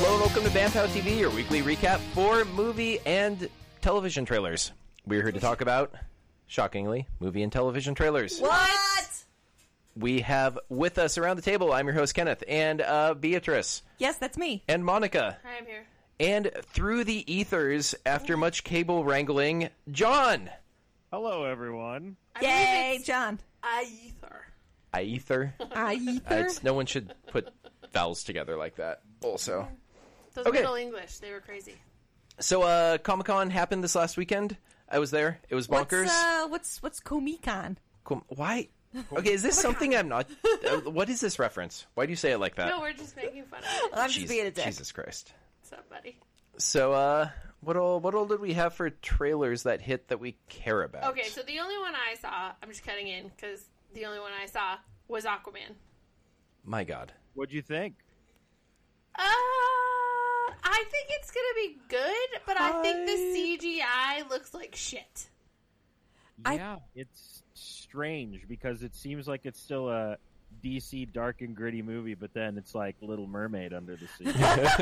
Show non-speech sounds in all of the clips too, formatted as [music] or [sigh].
welcome to Bampow TV, your weekly recap for movie and television trailers. We're here to talk about, shockingly, movie and television trailers. What? We have with us around the table, I'm your host, Kenneth, and uh, Beatrice, Yes, that's me. and Monica, I'm here. and through the ethers, after much cable wrangling, John! Hello, everyone. Yay, [laughs] John. Aether. I ether. Either. It's, no one should put vowels together like that, also. Those Okay. Middle English, they were crazy. So, uh, Comic Con happened this last weekend. I was there. It was What's bonkers. uh, what's what's Comicon? Com- Why? Okay, oh is this something I'm not? uh, what is this reference? Why do you say it like that? No, we're just making fun of it. Oh, I'm Jesus, just being a dick. Jesus Christ. Somebody. So, uh, what all what all did we have for trailers that hit that we care about? Okay, so the only one I saw, I'm just cutting in because the only one I saw was Aquaman. my God, What'd you think? Uh, I think it's gonna be good, but I think the CGI looks like shit. I- Yeah, it's strange because it seems like it's still a DC dark and gritty movie, but then it's like Little Mermaid under the sea. yeah,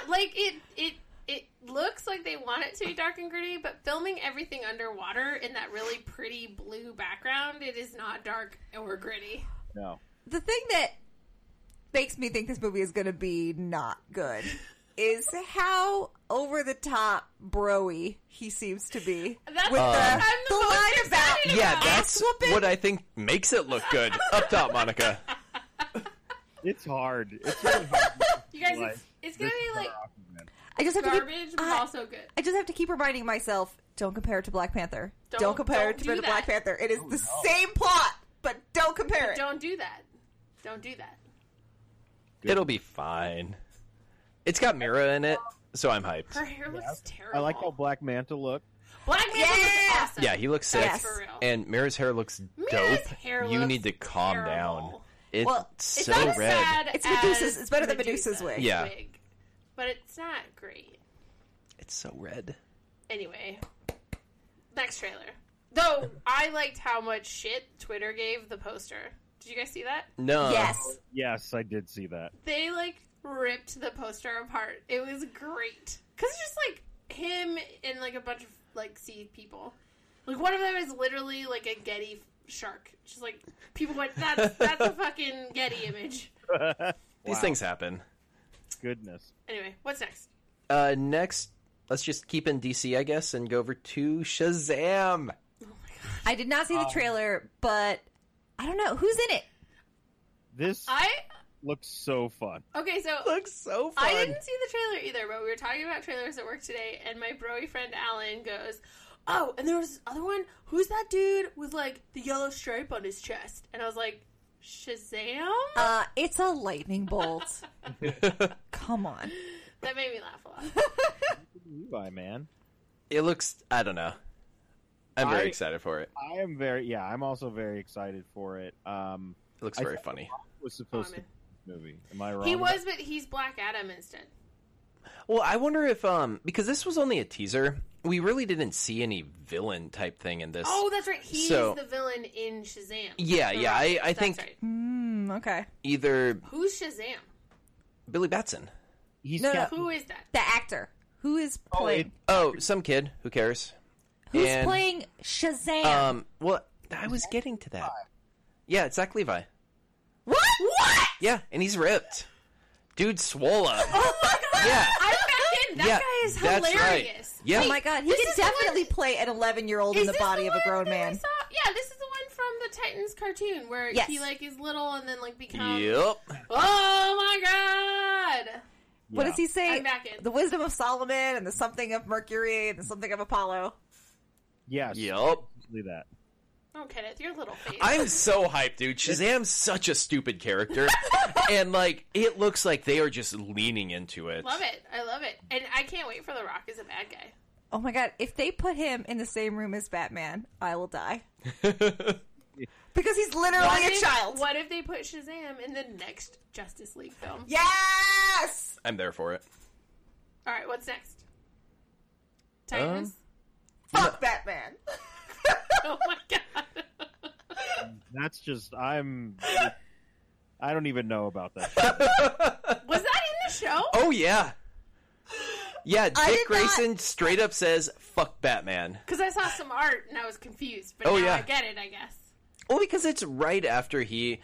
[laughs] like it, it, it looks like they want it to be dark and gritty, but filming everything underwater in that really pretty blue background, it is not dark or gritty. no, The thing that makes me think this movie is going to be not [laughs] good is how over the top broy he seems to be. That's With what the- I'm the the, line most about- excited yeah, about. that's whooping. what I think makes it look [laughs] good. Up top, Monica. it's hard. It's really hard. You guys, Like, it's, it's gonna this is be like Aquaman. I just have to garbage, keep, but I, also good. I just have to keep reminding myself: don't compare it to Black Panther. Don't, Don't- compare don't it do to, that. Black Panther. It Oh, is the same plot, but don't compare it. Don't do that. Don't do that. It'll be fine. It's got Mira in it, so I'm hyped. Her hair looks terrible. I like how Black Manta looked. Black Man Yeah! looks awesome. Yeah, he looks sick. Yes. For real. And Mira's hair looks Mira's dope. hair you looks need to calm terrible. down. It's Well, It's so not as red. bad It's as Medusa's- it's better than Medusa's wig. Yeah. wig, but it's not great. It's so red. Anyway, next trailer. Though I liked how much shit Twitter gave the poster. Did you guys see that? No. yes, Yes, I did see that. they like ripped the poster apart. It was great because it's just like him and like a bunch of like sea people. Like one of them is literally like a Getty shark. Just like people went, [laughs] that's that's a fucking Getty image. These things happen. Goodness. Anyway, what's next? Uh, next, let's just keep in DC, I guess, and go over to Shazam. I did not see Um, the trailer, but I don't know who's in it. This I looks so fun. okay, so Looks so fun. I didn't see the trailer either, but we were talking about trailers at work today, and my broy friend Alan goes, "Oh, and there was this other one. Who's that dude with like the yellow stripe on his chest?" And I was like, "Shazam!" Uh, it's a [laughs] lightning bolt. Come on. That made me laugh a lot. Levi, man. It looks. I don't know. I'm very I- excited for it. I am very yeah. I'm also very excited for it. Um, It looks I- very funny. was supposed to Common. be in this movie. Am I wrong? He about was, but he's Black Adam instead. Well, I wonder if um because this was only a teaser, we really didn't see any villain type thing in this. Oh, that's right. He's So- the villain in Shazam. Yeah, yeah, I- I That's think- right. Mm, okay. Either Who's Shazam? Billy Batson. He's No, no. got- Who is that? The actor who is playing Oh, some kid. Who cares? who's and- playing Shazam? Um. Well, I was getting to that. Yeah, it's Zach Levi. what? What? Yeah, and he's ripped. Dude, swole up. Oh my [laughs] god! Yeah. I'm back in. [laughs] That yeah, guy is that's hilarious. Right. Yeah. Oh my god! He This can is the definitely one- play an eleven-year-old in Is the this body of one a grown that I man. saw? Yeah, this is the one from the Titans cartoon where Yes. he like is little and then like becomes. Yep. Oh my god! What Yeah. does he say? I'm back in. The wisdom of Solomon and the something of Mercury and the something of Apollo. Yes. Yep. exactly That. Oh, Kenneth, your little face. I'm so hyped, dude. Shazam's such a stupid [laughs] character. and, like, it looks like they are just leaning into it. love it. I love it, and I can't wait for The Rock as a bad guy. Oh my god! If they put him in the same room as Batman, I will die because he's literally What a if- Oh, child. What if they put Shazam in the next Justice League film? Yes. [laughs] I'm there for it. All right, what's next? Um, Titans. [laughs] Fuck Batman. oh my god. That's just I'm. I don't even know about that. Was that in the show? Oh, yeah. [gasps] Yeah, I Dick did not- Grayson straight up says "fuck Batman." Because I saw some art and I was confused, but Oh, now yeah. I get it. I guess. Well, because it's right after he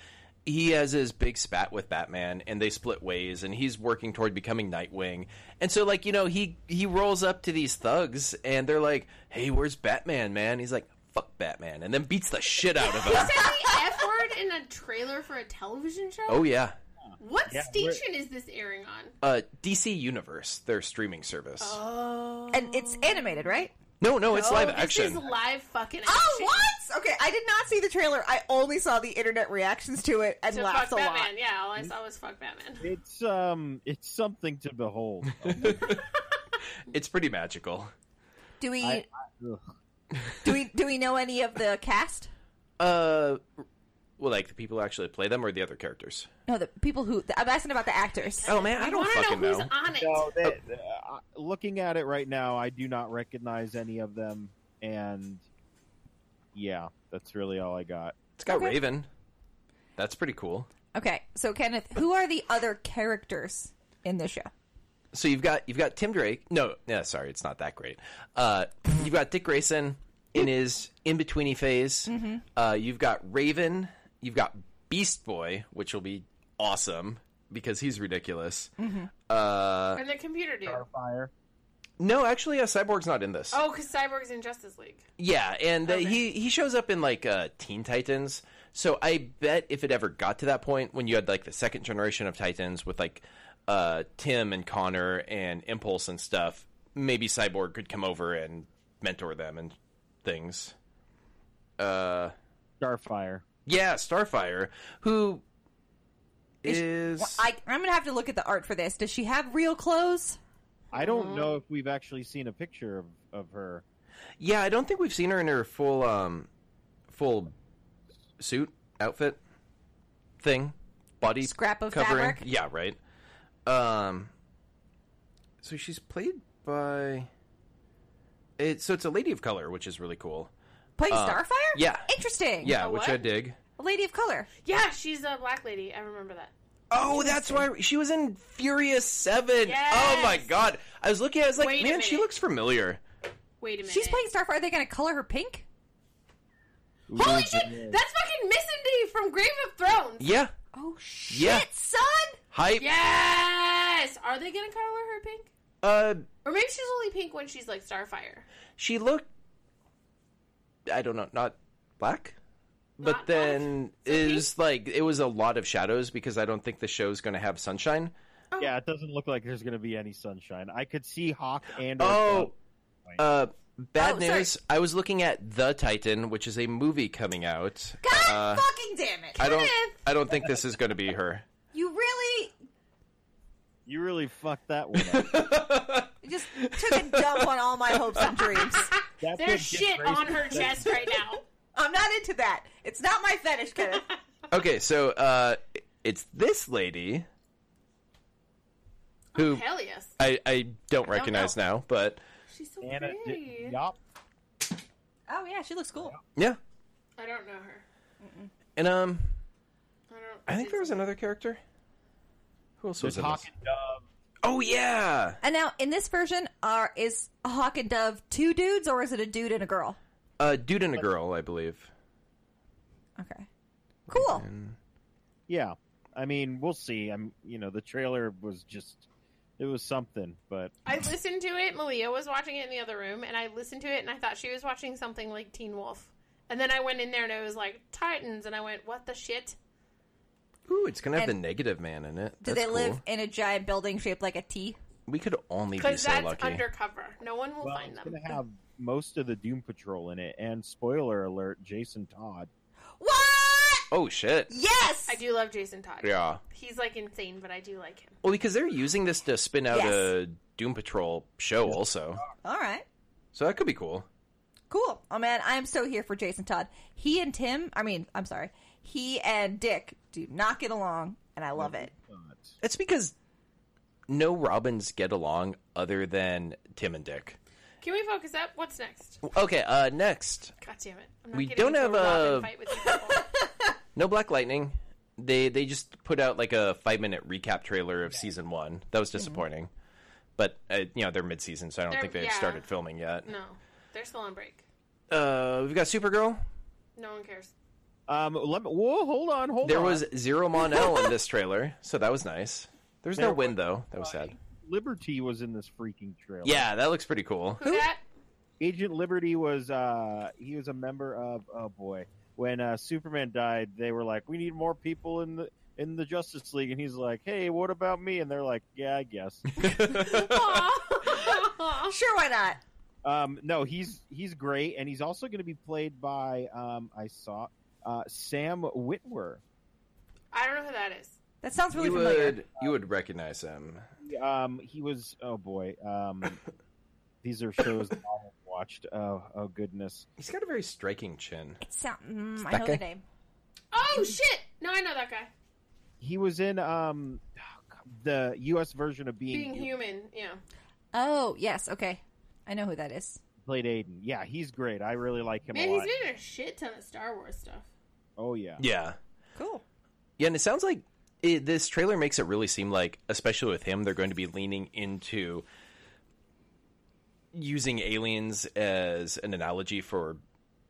he has his big spat with Batman, and they split ways, and he's working toward becoming Nightwing. And so, like you know, he he rolls up to these thugs, and they're like, "Hey, where's Batman, man?" He's like, "Fuck Batman," and then beats the shit out of He [laughs] him. said the F word in a trailer for a television show. oh yeah, What Yeah, we're- station is this airing on? uh, DC Universe, their streaming service. Oh, and it's animated, right? no, no, it's live this action. Is live fucking action. Oh, what? Okay, I did not see the trailer. I only saw the internet reactions to it and So laughed fuck a lot. Batman. Yeah, all I saw was fuck Batman. It's um, it's something [laughs] to behold. It's pretty magical. Do we I- Ugh. do we do we know any of the cast? Uh, well, like the people who actually play them or the other characters. No, the people who I'm asking about the actors. Oh man, I don't want to fucking Uh, know who's know. on it. No, they, uh, looking at it right now, I do not recognize any of them, and yeah, that's really all I got. It's got Okay. Raven. That's pretty cool. Okay, so Kenneth, who are the other characters in this show? so you've got you've got Tim Drake. No, no, sorry, it's not that great. Uh, you've got Dick Grayson in his in betweeny phase. Uh, you've got Raven. You've got Beast Boy, which will be awesome because he's ridiculous. Uh, And the computer dude. Starfire. no, actually, yeah, Cyborg's not in this. Oh, because Cyborg's in Justice League. Yeah, and uh, Okay. he he shows up in like uh, Teen Titans. So I bet if it ever got to that point when you had like the second generation of Titans with like uh, Tim and Connor and Impulse and stuff, maybe Cyborg could come over and mentor them and things. Uh, Starfire. yeah, Starfire, who Is- is Well, I, I'm gonna have to look at the art for this. Does she have real clothes? I don't know if we've actually seen a picture of, of her. yeah, I don't think we've seen her in her full um full suit outfit thing body Scrap of covering. fabric? Yeah, right. Um, so she's played by. It, so it's a lady of color, which is really cool. Playing Uh, Starfire? yeah. Interesting. Yeah, A which what? I dig. A lady of color. Yeah, she's a black lady. I remember that. Oh, that's why she was in Furious Seven. Oh my Yes. god! I was looking. I was like, Wait a man, she minute. looks familiar. Wait a minute. She's playing Starfire. Are they gonna color her pink? Holy Ooh, shit! That's fucking Missy from Grave of Thrones. Yeah, Oh shit, Yeah. son! hype. Yes. Are they gonna color her pink? Uh, Or maybe she's only pink when she's like Starfire. she looked. I don't know, not black. But Not black? then is like it was a lot of shadows because I don't think the show's going to have sunshine. Yeah, it doesn't look like there's going to be any sunshine. I could see Hawk and Oh, uh, bad Oh, sorry. news. I was looking at The Titan, which is a movie coming out. God Uh, fucking damn it! I don't. Kenneth! I don't think this is going to be her. [laughs] you really you really fucked that one [laughs] up. just took a dump on all my hopes and dreams. That's what There's Dick shit Grayson on her said. chest right now. I'm not into that. It's not my fetish, Kenneth. Okay, so uh, it's this lady [laughs] who Hell yes. I, I don't recognize now, but She's so Anna pretty. Di- yup. [laughs] Oh yeah, she looks cool. yeah. I don't know her. And um, I don't. I think there was another character. Who else was There's in Hawk this? and Dove. Oh yeah, And now in this version, are is Hawk and Dove two dudes or is it a dude and a girl? uh, dude and a girl, I believe. Okay, cool. Yeah, I mean, we'll see. I'm, you know, the trailer was just, it was something, but [laughs] I listened to it. Malia was watching it in the other room, and I listened to it, and I thought she was watching something like Teen Wolf. And then I went in there, and it was like Titans, and I went, "What the shit?" Ooh, it's gonna have And- the negative man in it. Do That's they live cool. in a giant building shaped like a T? We could only be Because so that's lucky. undercover. No one will well, find it's them. going to have most of the Doom Patrol in it. And spoiler alert: Jason Todd. What? Oh shit. Yes. I do love Jason Todd. Yeah. he's like insane, but I do like him. Well, because they're using this to spin out Yes. a Doom Patrol show also. All right. So that could be cool. Cool. Oh man, I am so here for Jason Todd. He and Tim, I mean, I'm sorry. He and Dick do not get along, and I love Mm-hmm. it. Todd. It's because no Robins get along other than Tim and Dick. Can we focus up? What's next? Okay, uh next. God damn it! I'm not We getting don't into have a a- Robin fight with you people. [laughs] No Black Lightning. They they just put out like a 5-minute recap trailer of season 1. That was disappointing. But uh, you know they're mid-season, so I don't They're- think they've yeah. started filming yet. No, they're still on break. Uh, we've got Supergirl. No one cares. Um, let me, whoa, hold on, hold There on. was zero Monel in this trailer, so that was nice. There's no There wind though. That was sad. Liberty was in this freaking trailer. Yeah, that looks pretty [laughs] cool. [laughs] Who that? Agent Liberty was uh he was a member of oh boy when uh, Superman died they were like we need more people in the in the Justice League and he's like hey what about me and they're like yeah I guess Aw. Sure, why not? um no he's he's great and he's also going to be played by um I saw uh Sam Witwer I don't know who that is. That sounds really you familiar. would you would recognize him. um he was oh boy um these are shows that I have watched oh oh goodness He's got a very striking chin. It sound, mm, I know Becca? the name. Oh shit! No, I know that guy. he was in um the U.S. version of Being, Being Human. human, yeah. Oh yes, okay, I know who that is. played Aiden. Yeah, he's great. I really like him Man, a he's lot. been in a shit ton of Star Wars stuff. Oh yeah. Yeah, Cool. yeah, and it sounds like it, this trailer makes it really seem like, especially with him, they're going to be leaning into using aliens as an analogy for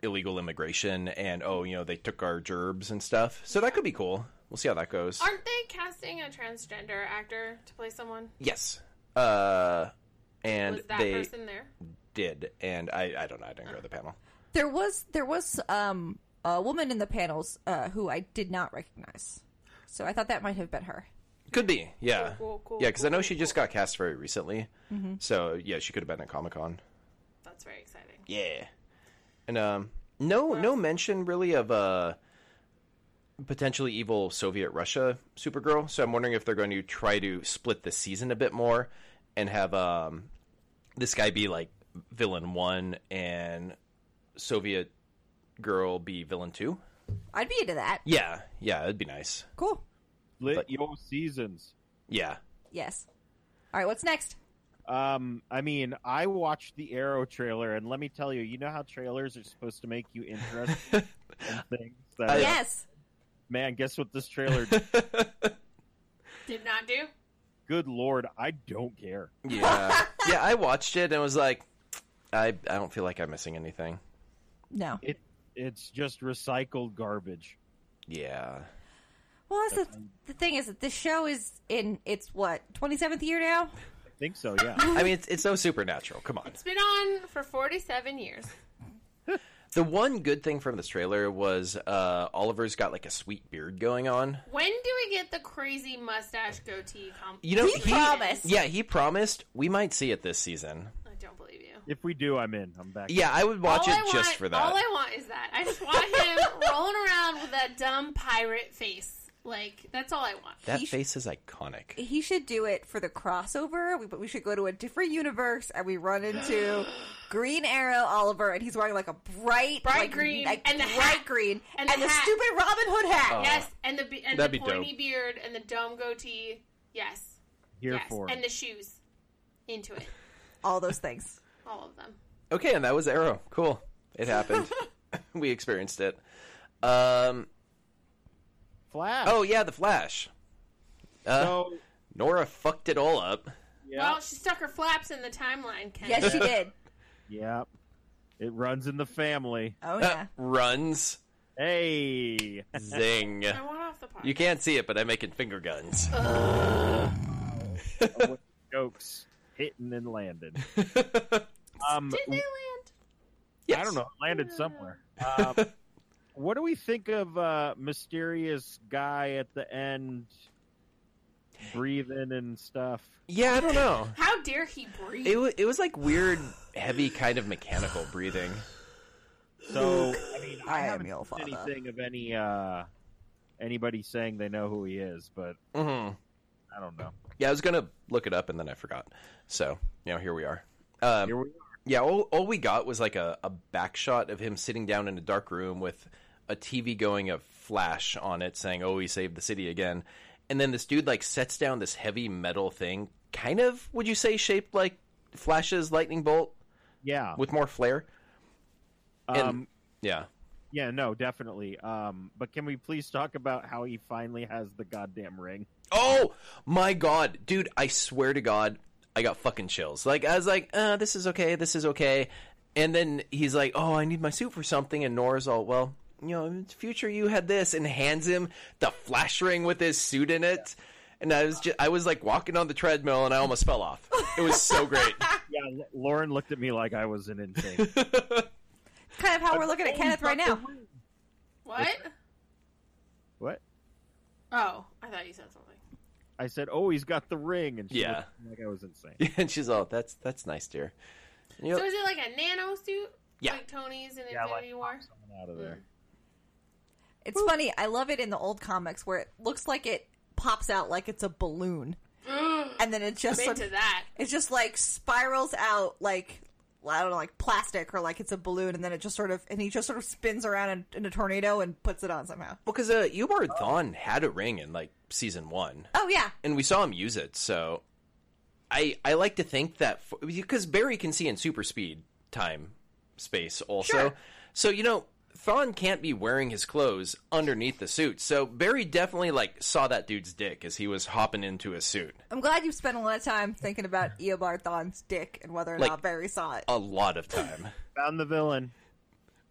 illegal immigration and oh, you know, they took our gerbs and stuff. So that could be cool. We'll see how that goes. Aren't they casting a transgender actor to play someone? Yes. Uh, and Was that they person there? did, and I, I don't know. I didn't go to the panel. There was there was um a woman in the panels uh, who I did not recognize, so I thought that might have been her. Could be, yeah, Cool, cool, yeah. Because I know cool, Mm-hmm. she just got cast very recently, so yeah, she could have been at Comic Con. That's very exciting. Yeah, and um, no, no mention really of uh, potentially evil Soviet Russia Supergirl. So I'm wondering if they're going to try to split the season a bit more and have um, this guy be like villain one and Soviet girl be villain two. I'd be into that. Yeah, yeah, it'd be nice. Cool. Lit But- your seasons. Yeah. Yes. All right. What's next? Um, I mean, I watched the Arrow trailer, and let me tell you, you know how trailers are supposed to make you interested in things. That Uh, are- Yes. Man, guess what? This trailer. did? Did not do. Good lord, I don't care. Yeah. yeah, I watched it and was like, I, I don't feel like I'm missing anything. No. It it's just recycled garbage. Yeah. Well, that's the, the thing is that this show is in its what twenty seventh year now. I think so. Yeah. I mean, it's, it's so supernatural. Come on. It's been on for 47 years. The one good thing from this trailer was uh, Oliver's got like a sweet beard going on. When do we get the crazy mustache goatee comp? You know, He promised. Yeah, he promised we might see it this season. I don't believe you. if we do, I'm in. I'm back. Yeah, I would watch All it I just want- for All that. I want is that. I just want [laughs] him rolling around with that dumb pirate face. Like, that's all I want. That He sh- face is iconic. He should do it for the crossover. We, but we should go to a different universe and we run into Green Arrow Oliver, and he's wearing like a bright, Bright like, green, like, and the bright hat. green, And and, the the, hat. stupid Robin Hood hat. yes, and the, be- and the uh, That'd be pointy beard and the dome goatee. Yes. Here yes. for it. And the shoes. Into it. All those [laughs] things. All of them. Okay, and that was Arrow. Cool. It [laughs] happened. [laughs] we experienced it. Um. Flash. Oh yeah, the Flash. Uh, So, Nora fucked it all [laughs] up. yeah. Well, she stuck her flaps in the timeline, Ken. Yes, she did. yeah. It runs in the family. Oh Uh, yeah. runs. Hey. [laughs] Zing. I want off the pot. You can't see it, but I'm making finger guns. Uh. jokes hitting and landed. um, Did they land? [laughs] Yes. I don't know, it landed somewhere. Um, what do we think of uh, mysterious guy at the end, breathing and stuff? Yeah, I don't know. How dare he breathe? It, wa it was like weird, heavy kind of mechanical breathing. So I mean, I, I am haven't your seen father. anything of any uh, anybody saying they know who he is, but hmm I don't know. Yeah, I was gonna look it up and then I forgot. So you know, here we are. Um, Here we are. yeah, all, all we got was like a, a back shot of him sitting down in a dark room with a TV going a flash on it saying, "Oh, he saved the city again." And then this dude like sets down this heavy metal thing, kind of would you say shaped like Flash's lightning bolt Yeah, with more flair? And- um, yeah. yeah, no, definitely. Um, but can we please talk about how he finally has the goddamn ring? Oh my god, dude! I swear to God, I got fucking chills. Like I was like, uh, this is okay, this is okay. And then he's like, oh, I need my suit for something. And Nora's all, well, you know, in the future you had this, and hands him the flash ring with his suit in it. And I was just, I was like walking on the treadmill, and I almost fell off. It was so great. Yeah, L- Lauren looked at me like I was an insane. It's kind of how [laughs] we're looking at Kenneth right now. What? what? Oh, I thought you said something. I said, "Oh, he's got the ring," and she Yeah. looked at me like I was insane. and she's all, that's that's nice, dear. And you're- So is it like a nano suit? Yeah. Like Tony's in Yeah, Infinity War? Someone out of there. It's funny. I love it in the old comics where it looks like it pops out like it's a [gasps] balloon, and then it just I'm sort into of- that. it just like spirals out like I don't know, like plastic or like it's a balloon, and then it just sort of and he just sort of spins around in, in a tornado and puts it on somehow. Well, because uh, Ubar Thawne had a ring in like season one, Oh yeah, and we saw him use it. So, I I like to think that f because Barry can see in super speed time space also. Sure. So you know Thawne can't be wearing his clothes underneath the suit. So Barry definitely like saw that dude's dick as he was hopping into his suit. I'm glad you spent a lot of time thinking about Eobard Thawne's dick and whether or Like- oh, not Barry saw it. A lot of time. Found the villain.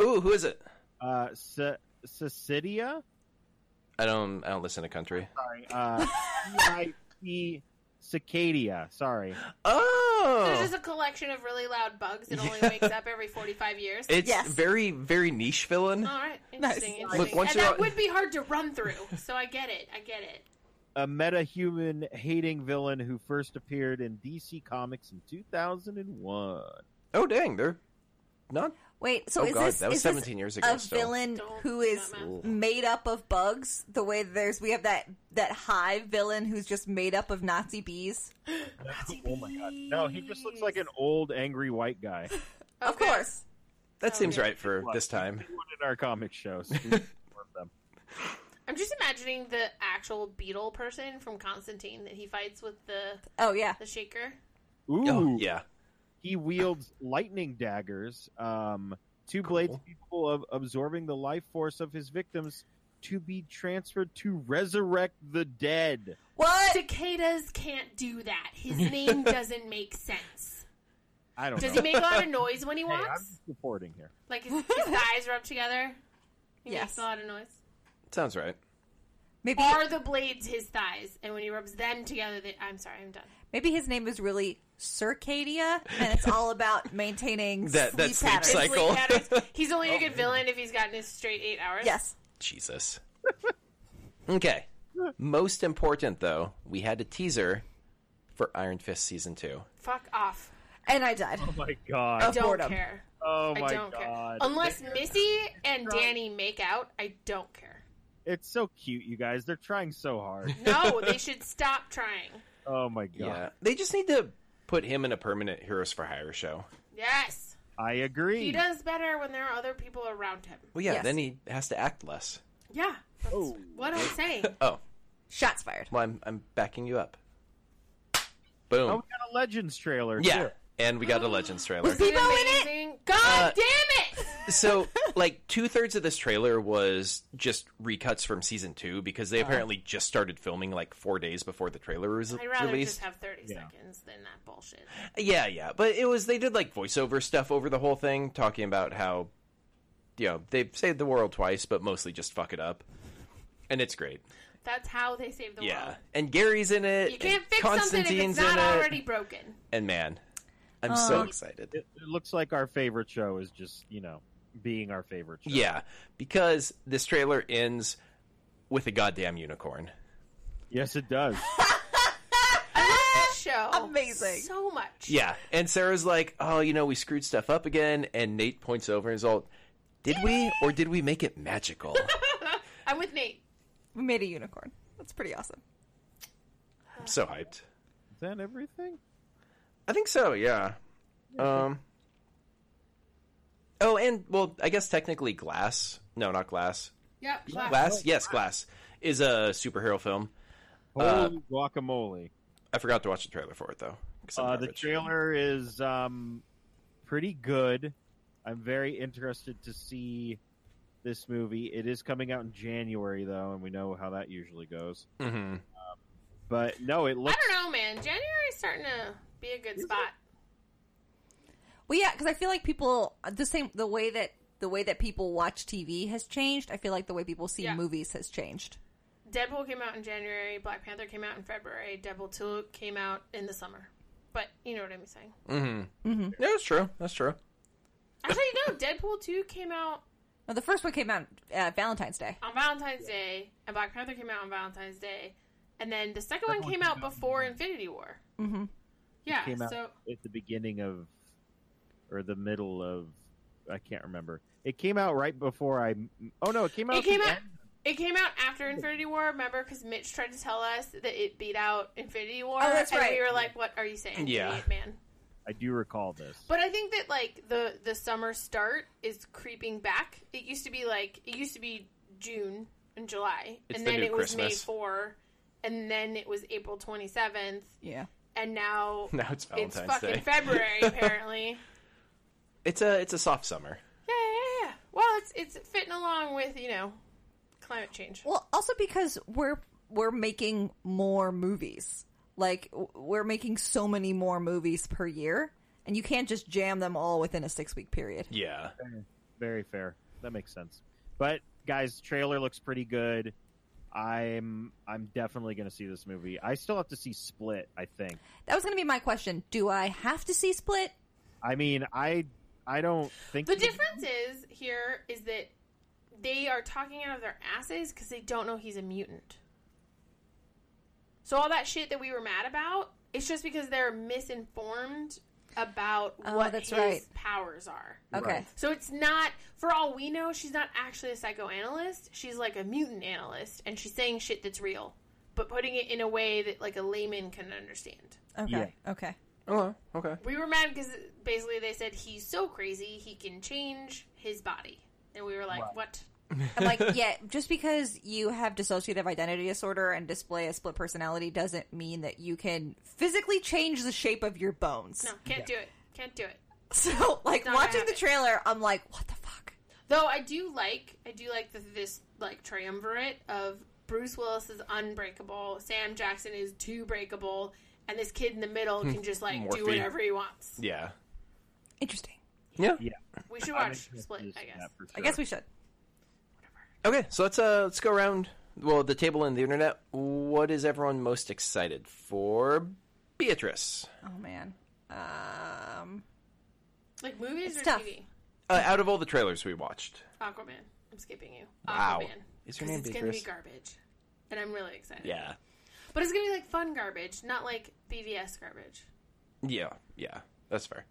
Ooh, who is it? Uh, C- Cecidia. I don't I don't listen to country. Sorry. Uh, C-I-P Cicadia. Sorry. Oh, There's just a collection of really loud bugs that only wakes up every 45 years. it's Yes. very very niche villain. All right, interesting. Nice. interesting. Look, once and you're that out- would be hard to run through, so I get it. I get it. A meta-human hating villain who first appeared in DC Comics in 2001. Oh dang, they're not Wait, so Oh, is God, this that was is this 17 years ago a still. villain Don't who do is that math. made up of bugs? The way there's we have that that hive villain who's just made up of Nazi bees. Oh my god. No, he just looks like an old angry white [laughs] guy. He Of Okay. course, That seems Okay. right for What? this time. won in our comic [laughs] shows. We love them. I'm just imagining the actual beetle person from Constantine that he fights with the oh yeah, the shaker. Ooh, Oh, yeah. he wields lightning daggers, um, two blades Cool. capable of absorbing the life force of his victims to be transferred to resurrect the dead. what? Cicadas can't do that. [laughs] His name doesn't make sense. I Oh, don't Does he know. make a lot of noise when he Hey, I'm walks? just reporting here. Like [laughs] his, his eyes rub together. He Yes. makes a lot of noise. Sounds right. Maybe Are the blades his thighs? And when he rubs them together, they, I'm sorry, I'm done. maybe his name is really Circadia, and it's all about maintaining That- sleep that sleep patterns. cycle. His sleep patterns- He's only a good villain if he's gotten his straight eight hours. Oh, Yes, Jesus. [laughs] Okay. Most important though, we had a teaser for Iron Fist season two. Fuck off. and I died. [laughs] Oh my god. Of Don't boredom. care. Oh I my don't care. god. Unless Missy and Danny make out, I don't care. It's so cute, you guys. They're trying [laughs] so hard. No, they should stop trying. Oh my god. Yeah. They just need to put him in a permanent Heroes for Hire show. Yes. I agree. He Hmm. does better when there are other people around him. Well yeah, Yes. then he has to act less. Yeah. That's Oh. what I'm saying. Oh, Shots fired. well I'm I'm backing you up. Boom. Oh, we got a Legends trailer. yeah. too. And we got a Legends trailer. Was Bebo in it? Amazing. God Uh, damn it! so like two thirds of this trailer was just recuts from season two because Uh-huh. they apparently just started filming like four days before the trailer was I'd rather released. just have 30 Yeah. seconds than that bullshit. Yeah, yeah, but it was they did like voiceover stuff over the whole thing, talking about how you know they've saved the world twice, but mostly just fuck it up, and it's great. That's how they save the Yeah, world. and Gary's in it. Oh, You can't and fix something if it's Constantine's not in it, already Oh. broken. And man, I'm so excited. It, it looks like our favorite show is just, you know, being our favorite show. Yeah, because this trailer ends with a goddamn unicorn. Yes, it does. [laughs] I love this show. Ah! Amazing. So much. Yeah, and Sarah's like, "Oh, you know, we screwed stuff up again." And Nate points over and is all, "Did we, or did we make it [laughs] magical?" I'm with Nate. We made a unicorn. That's pretty awesome. I'm so hyped. Is that everything? I think so, yeah. Um Oh, and well, I guess technically Glass. No, not Glass. Yep. Glass? Oh. Glass. Yes, Glass is a superhero film. Uh, Holy guacamole. I forgot to watch the trailer for it though. 'cause I'm Uh, the garbage. trailer is um, pretty good. I'm very interested to see this movie. It is coming out in January, though, and we know how that usually goes. Mhm. But no, it I looks. don't know, man. January's starting to be a good spot. Well, yeah, because I feel like people the same the way that the way that people watch TV has changed. I feel like the way people see Yeah. movies has changed. Deadpool came out in January. Black Panther came out in February. Deadpool Two came out in the summer. But you know what I'm saying. Yeah, that's true. That's true. Actually, no. Deadpool Two came out Now, the first one came out uh, Valentine's Day. on Valentine's Day, and Black Panther came out on Valentine's Day, and then the second one Second came out before Infinity War. Mm-hmm. Yeah. came out so at the beginning of or the middle of I can't remember. It came out right before I. Oh no, it came out. it at the came out. end. It came out after Infinity War. Remember, because Mitch tried to tell us that it beat out Infinity War. Oh, that's and right. We were like, "What are you saying, Yeah. idiot man?" I do recall this. But I think that like the the summer start is creeping back. It used to be like it used to be June and July, It's and the then new it was May Christmas. four, and then it was April twenty seventh, Yeah. and now [laughs] Now it's Valentine's it's fucking Day. [laughs] February apparently. It's a it's a soft summer. Yeah, yeah, yeah. Well, it's it's fitting along with you know climate change. Well, also because we're we're making more movies. Like w- we're making so many more movies per year, and you can't just jam them all within a six week period. Yeah. Very fair. That makes sense. But guys, trailer looks pretty good. I'm I'm definitely going to see this movie. I still have to see Split. I think. That was going to be my question. Do I have to see Split? I mean, I I don't think The difference is here is that they are talking out of their asses because they don't know he's a mutant. So all that shit that we were mad about, it's just because they're misinformed about Oh, what that's his right. powers are. Okay. Right. So it's not, for all we know, she's not actually a psychoanalyst. She's like a mutant analyst, and she's saying shit that's real, but putting it in a way that like a layman can understand. Okay. Okay. Oh, okay. We were mad because basically they said he's so crazy he can change his body, and we were like, "What? I'm like, [laughs] yeah, just because you have dissociative identity disorder and display a split personality doesn't mean that you can physically change the shape of your bones. No, can't do it. Can't do it." [laughs] So, like, Not watching the happening. trailer, I'm like, what the fuck? Though I do like, I do like the, this like triumvirate of Bruce Willis is unbreakable, Sam Jackson is too breakable, and this kid in the middle Hmm. can just like Morphe. do whatever he wants. Yeah. Interesting. Yeah. Yeah, We should I'm watch interested to Split, I see guess. that for I sure. guess we should. Okay, so let's uh let's go around well the table and the internet. What is everyone most excited for? Beatrice. Oh, man. Um, Like movies It's or tough. TV? Uh, out of all the trailers we watched. Aquaman. I'm skipping you. Aquaman. Wow. Is her 'Cause name it's gonna be Beatrice? garbage, and I'm really excited. Yeah. but it's gonna be like fun garbage, not like BVS garbage. Yeah. Yeah. That's fair.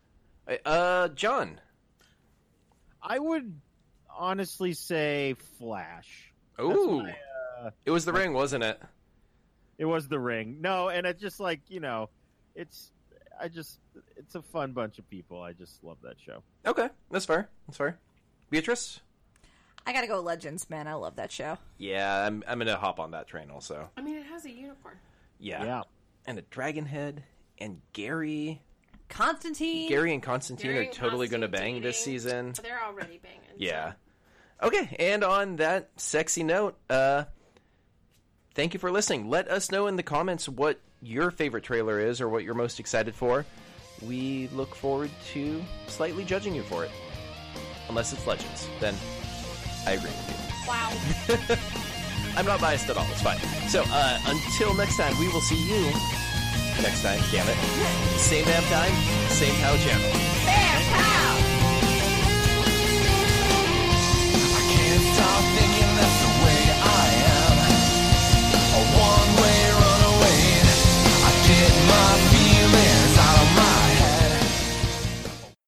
Uh John. I would honestly say Flash. Ooh. it was the ring, wasn't it? It was The Ring. No, and it's just like you know, it's I just it's a fun bunch of people. I just love that show. Okay. That's fair. That's fair. Beatrice? I gotta go Legends, man. I love that show. Yeah, I'm I'm gonna hop on that train also. I mean, it has a unicorn. Yeah. Yeah, And a dragon head and Gary. Constantine. Gary and Constantine Gary are and totally gonna Constantine bang this dating. season. They're already banging. Yeah. so. Okay, and on that sexy note, uh thank you for listening. Let us know in the comments what your favorite trailer is or what you're most excited for. We look forward to slightly judging you for it. Unless it's Legends, then I agree with you. Wow. I'm not biased at all. It's fine. So, uh, until next time, we will see you next time. Damn it. Same damn time, same pow channel. Bam! Pow!